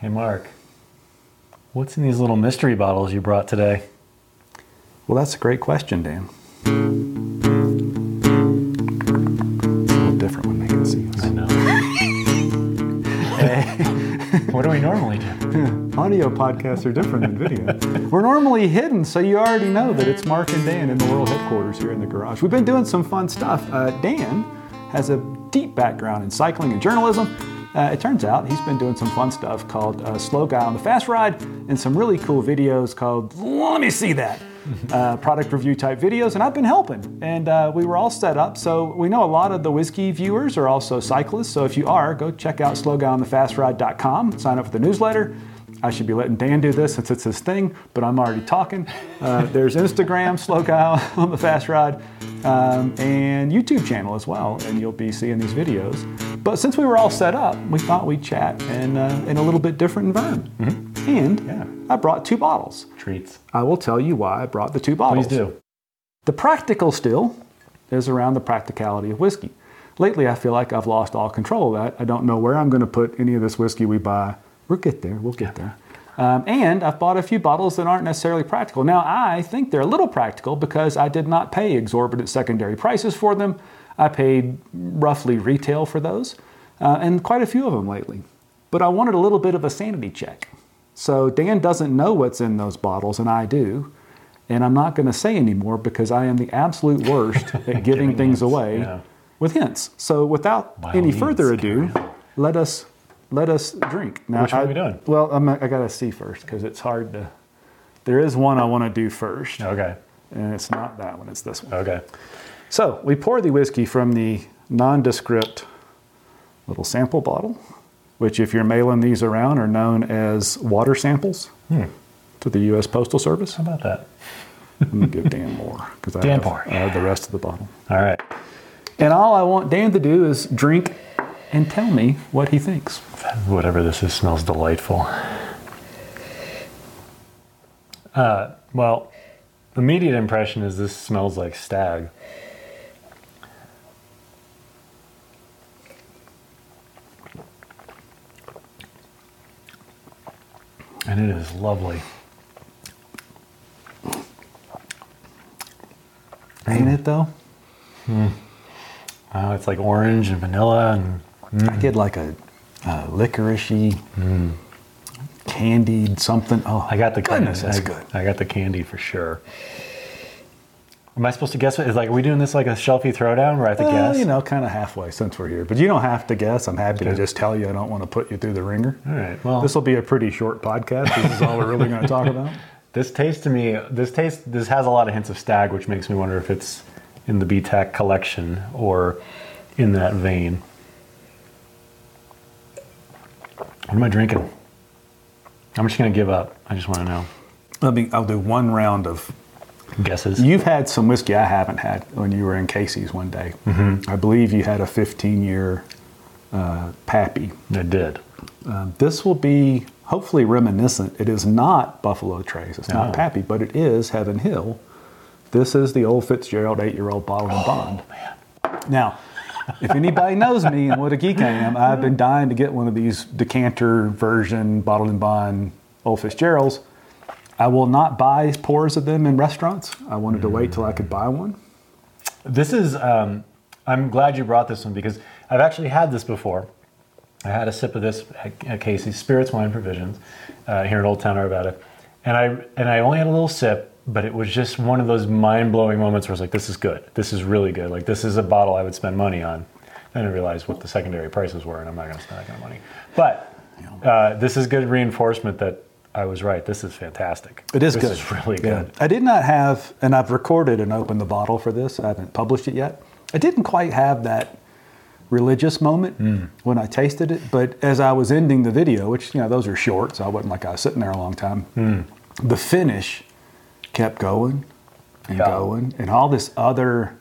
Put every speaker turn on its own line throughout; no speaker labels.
Hey, Mark. What's in these little mystery bottles you brought today?
Well, that's a great question, Dan. It's a little different when they can see us.
know. what do we normally do?
Audio podcasts are different than video. We're normally hidden, so you already know that it's Mark and Dan in the world headquarters here in the garage. We've been doing some fun stuff. Uh, Dan has a deep background in cycling and journalism. Uh, it turns out he's been doing some fun stuff called uh, Slow Guy on the Fast Ride and some really cool videos called Let Me See That. uh, product review type videos, and I've been helping. And uh, we were all set up, so we know a lot of the whiskey viewers are also cyclists. So if you are, go check out slowguyonthe.fastride.com. Sign up for the newsletter. I should be letting Dan do this since it's his thing, but I'm already talking. Uh, there's Instagram, Slow Guy on the Fast Ride, um, and YouTube channel as well, and you'll be seeing these videos. But since we were all set up, we thought we'd chat in, uh, in a little bit different environment. And
Mm-hmm. Yeah.
I brought two bottles.
Treats.
I will tell you why I brought the two
Please
bottles.
do.
The practical still is around the practicality of whiskey. Lately, I feel like I've lost all control of that. I don't know where I'm going to put any of this whiskey we buy. We'll get there. We'll get there. Um, and I've bought a few bottles that aren't necessarily practical. Now, I think they're a little practical because I did not pay exorbitant secondary prices for them. I paid roughly retail for those, uh, and quite a few of them lately. But I wanted a little bit of a sanity check. So Dan doesn't know what's in those bottles, and I do. And I'm not going to say anymore because I am the absolute worst at giving,
Giving
things
hints,
away
yeah.
with hints. So without
By all
any
means,
further ado,
carry on.
let us let us drink. Now,
Which one
I-
are we doing?
Well, I'm, I got to see first because it's hard to. There is one I want to do first,
Okay.
and it's not that one. It's this one.
Okay.
So we pour the whiskey from the nondescript little sample bottle, which, if you're mailing these around, are known as water samples to the U.S. Postal Service.
How Hmm. about that?
I'm gonna give Dan more because I,
Dan
have-
more.
I have the rest of the bottle.
All right.
And all I want Dan to do is drink and tell me what he thinks.
Whatever this is smells delightful. Uh, Uh, well, immediate impression is this smells like stag. And it is lovely.
Ain't it though?
Uh, it's like orange and vanilla and
I get like a, a licoricey, candied something. Oh,
Hmm. I got the
goodness.
candy.
That's
I,
good.
I got the candy for sure. Am I supposed to guess it? Is like, are we doing this like a shelfie throwdown where I have to
Well,
guess?
you know, kind of halfway since we're here, but you don't have to guess. I'm happy to
Okay.
just tell you. I don't want to put you through the ringer.
All right. Well,
This
this,
will be a pretty short podcast. This is all we're really going to talk about.
taste to me, this taste, this has a lot of hints of stag, which makes me wonder if it's in the BTAC collection or in that vein. What am I drinking? I'm just gonna give up. I just want to know
Let me. I'll do one round of.
guesses.
You've had some whiskey I haven't had when you were in Casey's one day.
Mm-hmm.
I believe you had a 15 year uh, pappy.
I did.
Um, this will be hopefully reminiscent. It is not Buffalo Trace. It's
No.
not Pappy, but it is Heaven Hill. This is the old Fitzgerald eight-year-old bottle and bond. Now, if anybody knows me and what a geek I am, I've been dying to get one of these decanter version bottled and bond old Fitzgeralds. I will not buy pours of them in restaurants. I wanted to wait till I could buy one.
This is. Um, I'm glad you brought this one because I've actually had this before. I had a sip of this at, at Casey's Spirits Wine Provisions uh, here in Old Town Arvada, and I and I only had a little sip, but it was just one of those mind blowing moments where I was like, "This is good. This is really good. Like this is a bottle I would spend money on." Then I realized what the secondary prices were, and I'm not going to spend that kind of money. But uh, this is good reinforcement that I was right. This is fantastic.
It is
This
good.
is really
Yeah.
good.
I did not have, and I've recorded and opened the bottle for this. I haven't published it yet. I didn't quite have that religious moment
Hmm.
when I tasted it, but as I was ending the video, which you know those are short, so I wasn't like I was sitting there a long time.
Hmm.
The finish kept going and
Yeah.
going, and all this other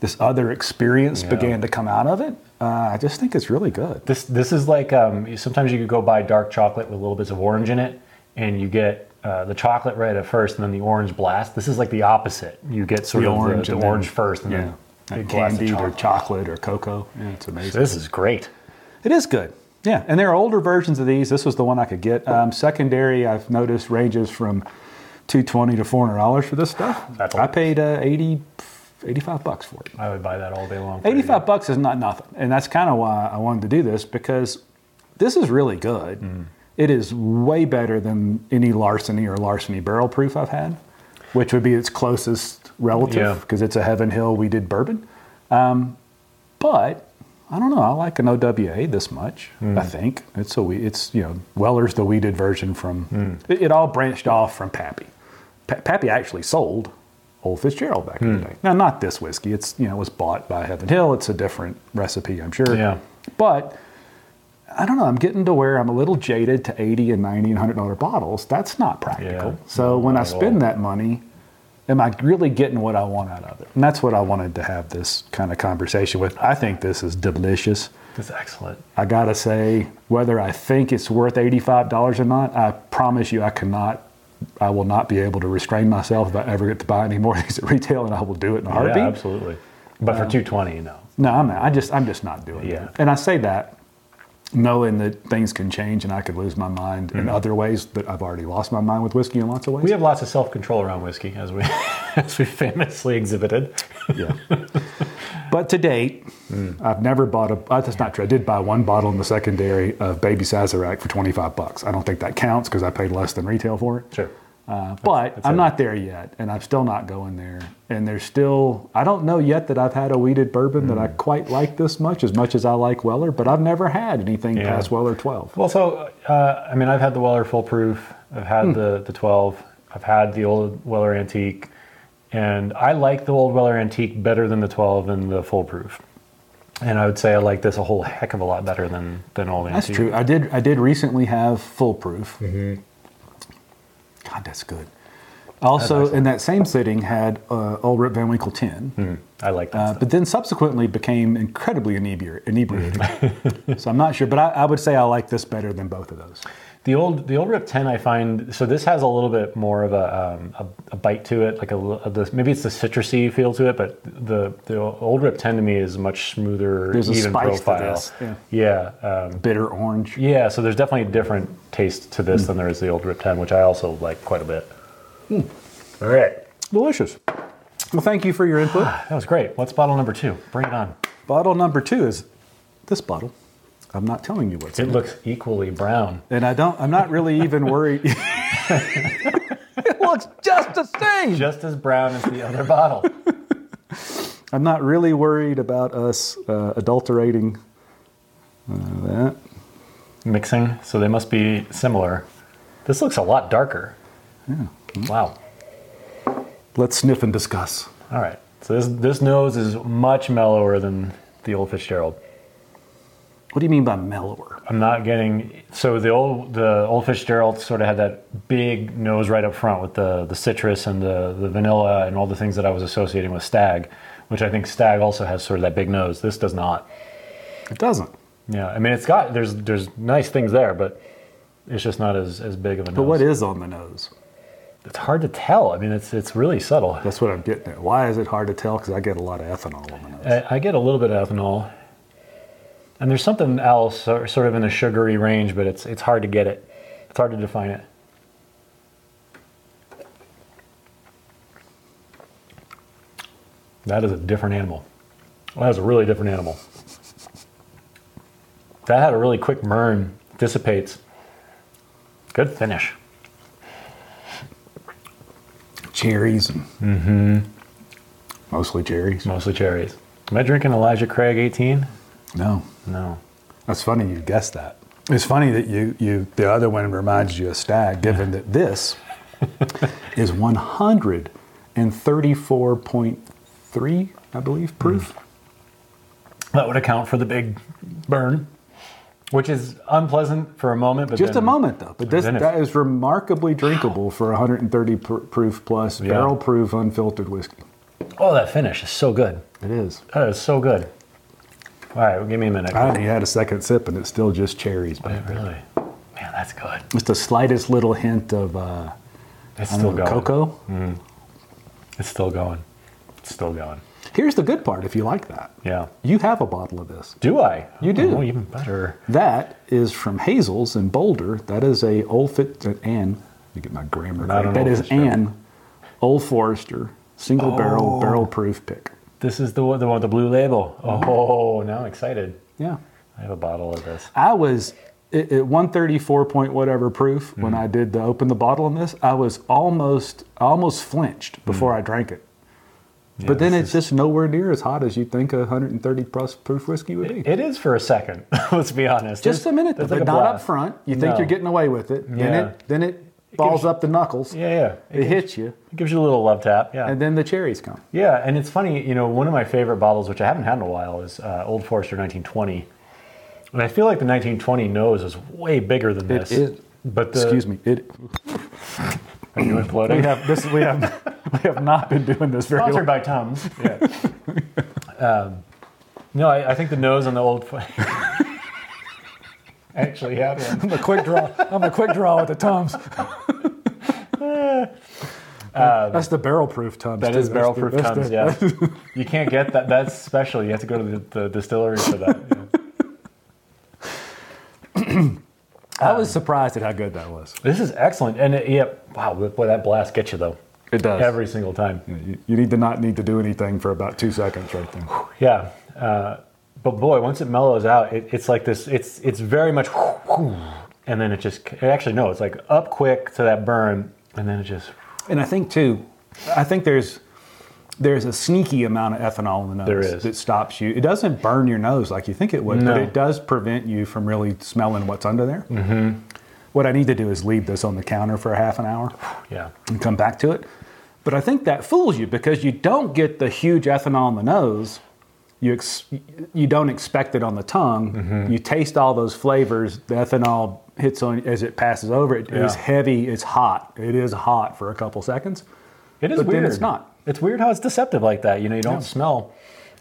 this other experience
Yeah.
began to come out of it. Uh, I just think it's really good.
This this is like um, sometimes you could go buy dark chocolate with little bits of orange in it, and you get uh, the chocolate right at first, and then the orange blast. This is like the opposite. You get sort
The
of
orange
the, the
and then-
orange first, and then
Like
the blast of
candied or chocolate or cocoa. Yeah, it's amazing.
This is great.
It is good. Yeah, and there are older versions of these. This was the one I could get. Um, secondary, I've noticed ranges from 220 to 400 dollars for this stuff.
That's a
I
lot.
paid uh, 80, 85 bucks for it.
I would buy that all day long. for
85 bucks is not nothing. And that's kind of why I wanted to do this because this is really good.
Mm.
It is way better than any larceny or larceny barrel proof I've had, which would be its closest
Yeah.
relative because it's a Heaven Hill. We did bourbon. Um, but I don't know. I like an OWA this much,
Hmm.
I think. It's a we. it's, you know, Weller's the weeded version from,
Hmm.
it, it all branched off from Pappy. Pa- Pappy actually sold Old Fitzgerald back
Hmm.
in the day. Now, not this whiskey. It's you know it was bought by Heaven Hill. It's a different recipe, I'm sure.
Yeah.
But I don't know. I'm getting to where I'm a little jaded to 80 and 90 and 100 dollar bottles. That's not practical.
Yeah.
So when I
Not at all.
spend that money, am I really getting what I want out of it? And that's what I wanted to have this kind of conversation with. I think this is delicious.
That's excellent.
I gotta say, whether I think it's worth eighty-five dollars or not, I promise you, I cannot, I will not be able to restrain myself if I ever get to buy any more of these at retail, and I will do it in a heartbeat.
Yeah, absolutely. But for 220, no.
No, I'm not. I just, I'm just not doing
Yeah.
it. And I say that knowing that things can change and I could lose my mind
Mm-hmm.
in other ways that I've already lost my mind with whiskey in lots of ways.
We have lots of self-control around whiskey, as we as we famously exhibited.
yeah. But to date,
Hmm.
I've never bought a. Uh, that's not true. I did buy one bottle in the secondary of Baby Sazerac for twenty five bucks. I don't think that counts because I paid less than retail for it.
Sure.
Uh, but
that's
I'm
it.
not there yet, and I'm still not going there. And there's still I don't know yet that I've had a weeded bourbon that I
Hmm.
quite like this much, as much as I like Weller. But I've never had anything
Yeah.
past Weller 12.
Well, so uh, I mean, I've had the Weller full proof. I've had
Hmm.
the the 12. I've had the old Weller antique, and I like the old Weller antique better than the 12 and the full proof. And I would say I like this a whole heck of a lot better than than old
That's
antique.
true. I did I did recently have foolproof.
Mm-hmm.
God, that's good. Also, in that same sitting, had uh, Old Rip Van Winkle 10.
Hmm. I like that.
Uh,
stuff.
but then subsequently became incredibly inebriated. inebriated. so I'm not sure, but I, I would say I like this better than both of those.
The old the old Rip Ten, I find so this has a little bit more of a um, a, a bite to it, like a, li- of this maybe it's the citrusy feel to it, but the the old Rip Ten to me is much smoother,
There's a
even
spice to
profile.
this,
Yeah, yeah, um,
Bitter orange.
yeah. So there's definitely a different taste to this than there is the old Rip Ten, which I also like quite a bit. Hmm. All right,
Delicious. Well, thank you for your input.
that was great. What's bottle number two? Bring it on.
bottle number two is this bottle. I'm not telling you what's
It
in
looks equally brown.
it. And I don't, I'm not really even worried. it looks just the same.
Just as brown as the other bottle.
I'm not really worried about us uh, adulterating uh, that.
Mixing, so they must be similar. This looks a lot darker. Wow.
Let's sniff and discuss.
All right. So this this nose is much mellower than the old Fitzgerald.
What do you mean by mellower?
I'm not getting so the old the old Fitzgerald sort of had that big nose right up front with the the citrus and the the vanilla and all the things that I was associating with Stag, which I think Stag also has sort of that big nose. This does not.
It doesn't.
Yeah. I mean, it's got there's there's nice things there, but it's just not as as big of a nose.
But what is on the nose?
It's hard to tell. I mean, it's it's really subtle.
That's what I'm getting at. Why is it hard to tell? Because I get a lot of ethanol on my nose.
I I get a little bit of ethanol, and there's something else, sor- sort of in the sugary range, but it's it's hard to get it. It's hard to define it. That is a different animal. That is a really different animal. That had a really quick burn. Dissipates. Good finish.
Cherries and Mm-hmm. mostly cherries.
Mostly cherries. Am I drinking Elijah Craig 18?
No,
No.
that's funny. You guessed that. It's funny that you you the other one reminds you of stag, given that this is 134.3, I believe, proof.
That would account for the big burn, which is unpleasant for a moment. But
Just a
then-
moment though, but this
Then it-
that is remarkably drinkable for 130 pr- proof plus
Yeah.
barrel proof unfiltered whiskey.
Oh, that finish is so good.
It is.
That is so good. All right, well, give me a minute.
I only had a second sip, and it's still just cherries. But
Wait, really? Man, that's good.
just the slightest little hint of uh,
It's
I
still Mm.
don't know,
going.
cocoa.
It's still going. It's still going.
Here's the good part if you like that.
Yeah.
You have a bottle of this.
Do I?
You do.
Oh, even better.
That is from Hazel's in Boulder. That is a Old Fit uh, Ann. Let me get my grammar
Not
correct.
an
That
Old
is
Forester.
Ann Old Forester single
Oh.
barrel barrel proof pick.
This is the one, the one with the blue label. Oh, now I'm excited.
Yeah.
I have a bottle of this.
I was at at 134 point whatever proof when
Mm-hmm.
I did the open the bottle on this. I was almost I almost flinched before I drank it. but then
Mm. this
it's just nowhere near as hot as you think a 130 plus proof whiskey would be.
It is for a second. Let's be honest.
just
There's-
a minute,
there's
but
like a
not up
blast.
front. You think
No.
you're getting away with it. Then
Yeah.
it then it balls up the knuckles.
Yeah, yeah. It,
It hits you,
gives you a little love tap. Yeah.
and then the cherries come.
Yeah, and it's funny, you know, one of my favorite bottles, which I haven't had in a while, is uh, Old Forester 1920. And I feel like the 1920 nose is way bigger than
It
this.
is.
But the,
Excuse me. It,
Are you
we
imploding?
have this. We have we have not been doing this very
Sponsored
long.
by Tums. Yeah. um, no, I, I think the nose on the Old Fo- I actually had one.
I'm a quick draw. I'm a quick draw with the tums. that's the barrel proof tums.
That
too.
is barrel
the-
proof Tums,
that's the-
yeah. you can't get that. That's special. You have to go to the, the distillery for that. yeah.
I was surprised at how good that was.
This is excellent. And it, yeah, wow, boy, that blast gets you, though.
It does.
Every single time.
you, you need to not need to do anything for about two seconds right there.
Yeah, uh, but boy, once it mellows out, it, it's like this. It's it's very much, and then it just actually no, it's like up quick to that burn, and then it just
And I think too, I think there's there's a sneaky amount of ethanol in the nose
There is.
that stops you. It doesn't burn your nose like you think it would,
No.
but it does prevent you from really smelling what's under there. Mm-hmm. What I need to do is leave this on the counter for a half an hour
yeah.
and come back to it. But I think that fools you because you don't get the huge ethanol in the nose. You ex- you don't expect it on the tongue. You taste all those flavors. The ethanol hits on as it passes over. It is
Yeah.
heavy. It's hot. It is hot for a couple seconds.
It is
But then
weird.
it's not.
It's weird how it's deceptive like that. You know, you don't smell.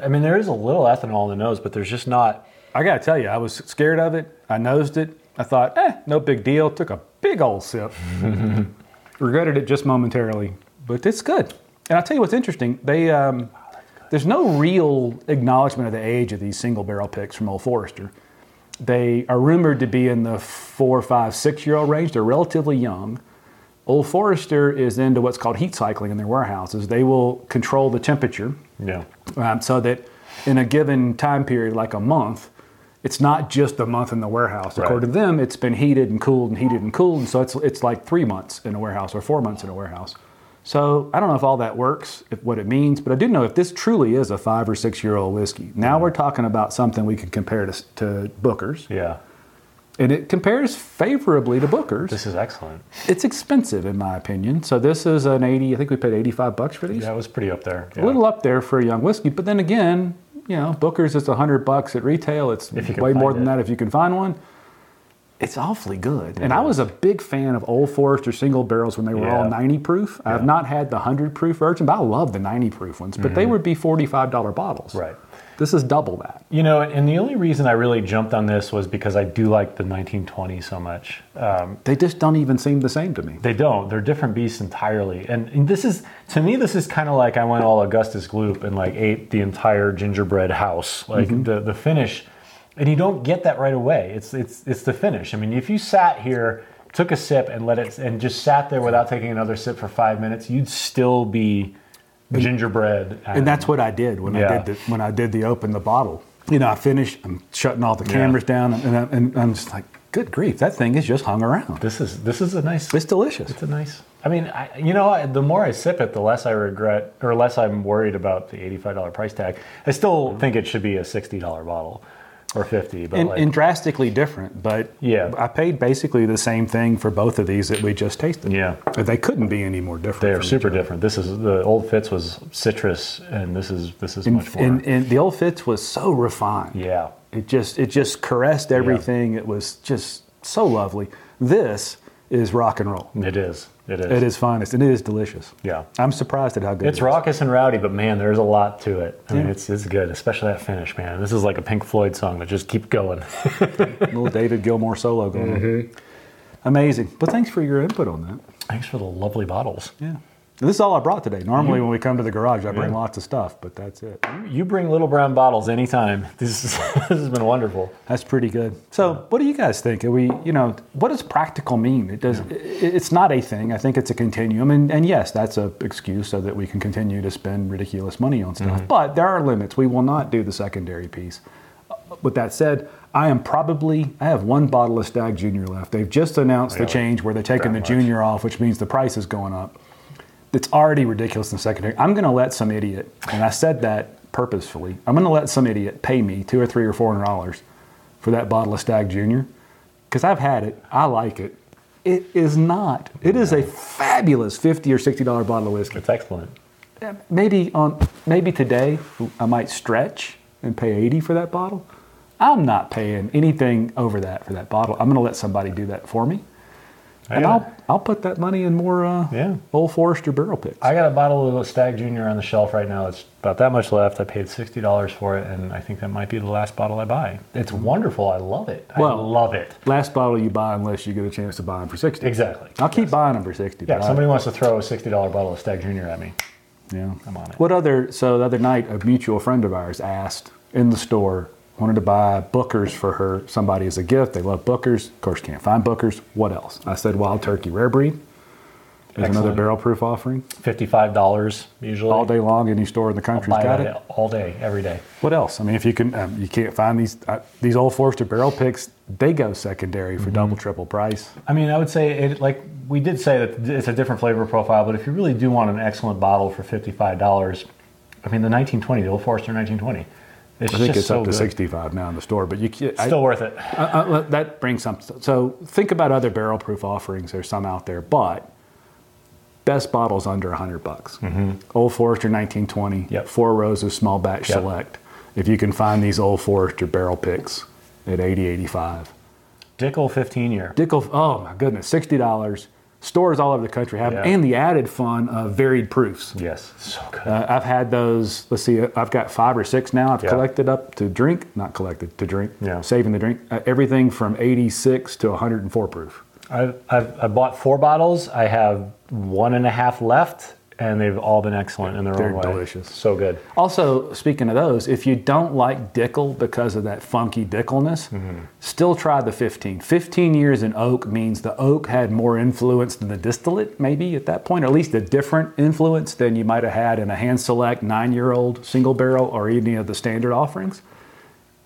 I mean, there is a little ethanol in the nose, but there's just not.
I gotta tell you, I was scared of it. I nosed it. I thought, eh, no big deal. Took a big old sip. Regretted it just momentarily, but it's good. And I'll tell you what's interesting. They um, there's no real acknowledgement of the age of these single barrel picks from Old Forester. They are rumored to be in the four, five, six year old range. They're relatively young. Old Forester is into what's called heat cycling in their warehouses. They will control the temperature
No.
um, so that in a given time period, like a month, it's not just a month in the warehouse.
Right.
According to them, it's been heated and cooled and heated and cooled, and so it's it's like three months in a warehouse or four months in a warehouse. So I don't know if all that works, if, what it means, but I do know if this truly is a five or six year old whiskey. Now we're talking about something we could compare to, to Booker's,
Yeah,
and it compares favorably to Booker's.
this is excellent.
It's expensive, in my opinion. So this is an eighty. I think we paid eighty five bucks for these
Yeah, it was pretty up there.
a
Yeah.
little up there for a young whiskey. But then again, you know, Booker's is hundred bucks at retail. It's
If you can
way more
find
than
it.
that if you can find one. It's awfully good. And I was a big fan of Old Forester single barrels when they were all
Yeah.
90 proof. I've not had the 100 proof version, but I love the 90 proof ones. But they would be $45 bottles.
Mm-hmm. Right.
This is double that.
You know, and the only reason I really jumped on this was because I do like the 1920 so much.
They just don't even seem the same to me.
They don't. They're different beasts entirely. And, and this is, to me, this is kind of like I went all Augustus Gloop and like ate the entire gingerbread house. Like
Mm-hmm.
the, the finish, and you don't get that right away. It's it's it's the finish. I mean, if you sat here, took a sip, and let it, and just sat there without taking another sip for five minutes, you'd still be gingerbread.
And that's what I did when I
Yeah.
did the, when I did the open the bottle. You know, I finished. I'm shutting all the cameras down, and, I, and I'm just like, good grief, that thing is just hung around.
this is this is a nice.
It's delicious.
It's a nice. I mean, I, you know, I- the more I sip it, the less I regret, or less I'm worried about the eighty-five dollar price tag. I still think it should be a sixty-dollar bottle, or fifty. But
Mm-hmm. and,
like,
and drastically different, but
Yeah.
I paid basically the same thing for both of these that we just tasted.
yeah,
They couldn't be any more different.
they are
from
super
each other.
different. This is the old Fitz was citrus, and this is this is much more.
And, and the old Fitz was so refined.
yeah,
It just it just caressed everything. It was just so lovely. This is rock and roll.
it is. It is.
It is finest, and it is delicious.
Yeah.
I'm surprised at how good
It's
it is.
raucous and rowdy, but man, there's a lot to it. I mean,
Yeah.
it's it's good, especially that finish, man. This is like a Pink Floyd song that just keep going.
little David Gilmour solo going. on. Amazing. But thanks for your input on that.
Thanks for the lovely bottles.
Yeah. And this is all I brought today.
Mm-hmm.
Normally, when we come to the garage, I bring lots of stuff, but that's it.
You bring little brown bottles anytime. This, is, this has been wonderful.
That's pretty good. So, what do you guys think? Are we, you know, what does practical mean? It does. i It's not a thing. I think it's a continuum, and, and yes, that's a excuse so that we can continue to spend ridiculous money on stuff.
Mm-hmm.
But there are limits. We will not do the secondary piece. Uh, With that said, I am probably I have one bottle of Stag Junior left. They've just announced the
Really?
change where they're taking the
much.
Junior off, which means the price is going up. It's already ridiculous in secondary. I'm going to let some idiot, and I said that purposefully. I'm going to let some idiot pay me two or three or four hundred dollars for that bottle of Stag Junior because I've had it. I like it. It is not. It is a fabulous fifty or sixty dollar bottle of whiskey.
It's excellent.
Maybe on maybe today I might stretch and pay eighty for that bottle. I'm not paying anything over that for that bottle. I'm going to let somebody do that for me,
I
and
got-
I'll I'll put that money in more uh,
Yeah.
old Forester barrel picks.
I got a bottle of Stag Junior on the shelf right now. It's about that much left. I paid sixty dollars for it, and I think that might be the last bottle I buy. It's wonderful. I love it. I
Mm-hmm. Well-
love it.
Last bottle you buy unless you get a chance to buy them for sixty.
Exactly.
I'll keep buying them for sixty.
Yeah.
but
If
I-
somebody wants to throw a sixty dollar bottle of Stag Junior at me,
yeah.
I'm on it.
What other? So the other night, a mutual friend of ours asked in the store wanted to buy Booker's for her somebody as a gift. They love Booker's. Of course, can't find Booker's. What else? I said Wild Turkey Rare Breed. There's another
Excellent.
barrel proof offering
Fifty-five dollars usually.
all day long. Any store in the
I'll
country's
buy
got it.
that all day, every day.
What else? I mean, if you can, um, you can't find these uh, these old Forester barrel picks. They go secondary
Mm-hmm.
for double, triple price.
I mean, I would say it like we did say that it's a different flavor profile, but if you really do want an excellent bottle for fifty-five dollars, I mean the nineteen twenty, the Old Forester nineteen twenty, it's
I think
just
it's
so
up to
good.
65 now in the store, but you can't. I-
Still worth it.
Uh, uh, let- that brings something. So think about other barrel proof offerings. There's some out there, but best bottles under 100 bucks. Old Forester 1920,
Mm-hmm. Yep.
Four Roses Small Batch
Yep.
Select. If you can find these Old Forester barrel picks at 80, 85.
Dickel fifteen year.
Dickel, oh my goodness, $60. Stores all over the country have,
Yeah.
and the added fun of varied proofs.
Yes, so good.
Uh, I've had those. Let's see. uh, I've got five or six now. I've
Yeah.
collected up to drink, not collected to drink.
Yeah.
Saving the drink. Uh, everything from 86 to 104 proof.
I've, I've, I bought four bottles. I have one and a half left, and they've all been excellent in their
They're
own way.
delicious.
So good.
Also, speaking of those, if you don't like Dickel because of that funky Dickelness,
Mm-hmm.
still try the 15. 15 years in oak means the oak had more influence than the distillate, maybe at that point, or at least a different influence than you might have had in a hand select nine year old single barrel or any of the standard offerings.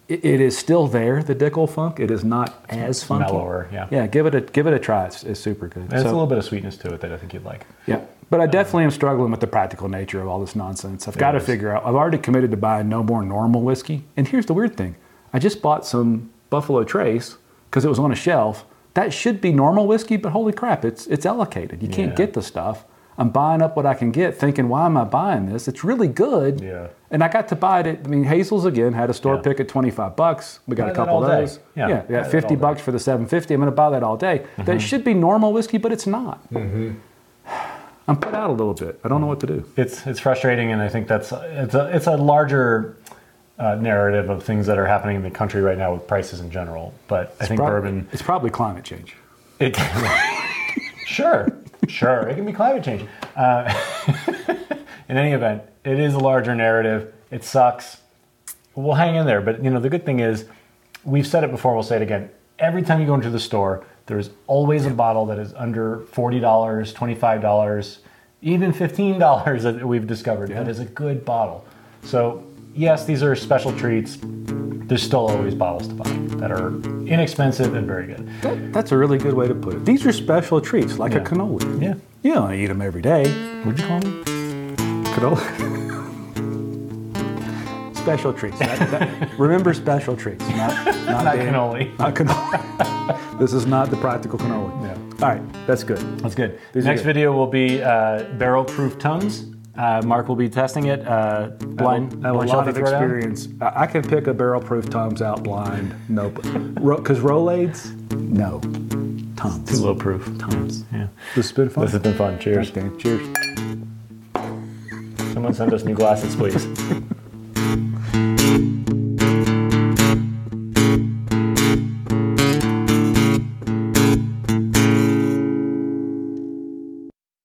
It, it is still there, the Dickel funk. It is not as funky.
mellower, yeah.
Yeah, give it a give it a try. It's, it's super good.
There's
So-
a little bit of sweetness to it that I think you'd like.
yeah. But I definitely am struggling with the practical nature of all this nonsense. I've got to
is.
figure out. I've already committed to buying no more normal whiskey. And here's the weird thing I just bought some Buffalo Trace because it was on a shelf. That should be normal whiskey, but holy crap, it's, it's allocated. You can't
Yeah.
get the stuff. I'm buying up what I can get, thinking, why am I buying this? It's really good.
Yeah.
And I got to buy it. At, I mean, Hazel's again had a store
Yeah.
pick at 25 bucks. We got
Buy
a
that
couple of
all day.
those.
Yeah.
yeah,
Buy
we got
that
50
all day. Mm-hmm.
bucks for the 750. I'm going to buy that all day. That should be normal whiskey, but it's not. I'm put out a little bit. I don't know what to do.
It's it's frustrating, and I think that's it's a it's a larger uh, narrative of things that are happening in the country right now with prices in general. But I think
Prob-
bourbon.
It's probably climate change.
It, sure, sure, it can be climate change. Uh, in any event, it is a larger narrative. It sucks. We'll hang in there, but you know the good thing is, we've said it before. We'll say it again. Every time you go into the store, there is always a bottle that is under forty dollars, twenty-five dollars, even fifteen dollars that we've discovered. That is a good bottle. So yes, these are special treats. There's still always bottles to buy that are inexpensive and very good.
That- that's a really good way to put it. These are special treats, like a
Yeah.
cannoli.
Yeah.
You don't eat them every day.
What'd you call them?
Cannoli. special treats. That- that- remember special treats, not, not,
Not
being-
cannoli.
Not cannoli. this is not the practical cannoli.
Yeah.
All right, that's good.
That's good.
These are
Next
good.
video will be uh, barrel proof tums. Uh, Mark will be testing it. Uh, blind.
I
blind
have a lot
shelf
of
throwdown.
experience. I I can pick a barrel proof Tom's out blind. Nope. Because Rolades? No. Tom's.
Low proof.
Tom's.
Yeah.
This has been fun.
This has been fun. Cheers.
Thanks, Dan. Cheers.
Someone send us new glasses, please.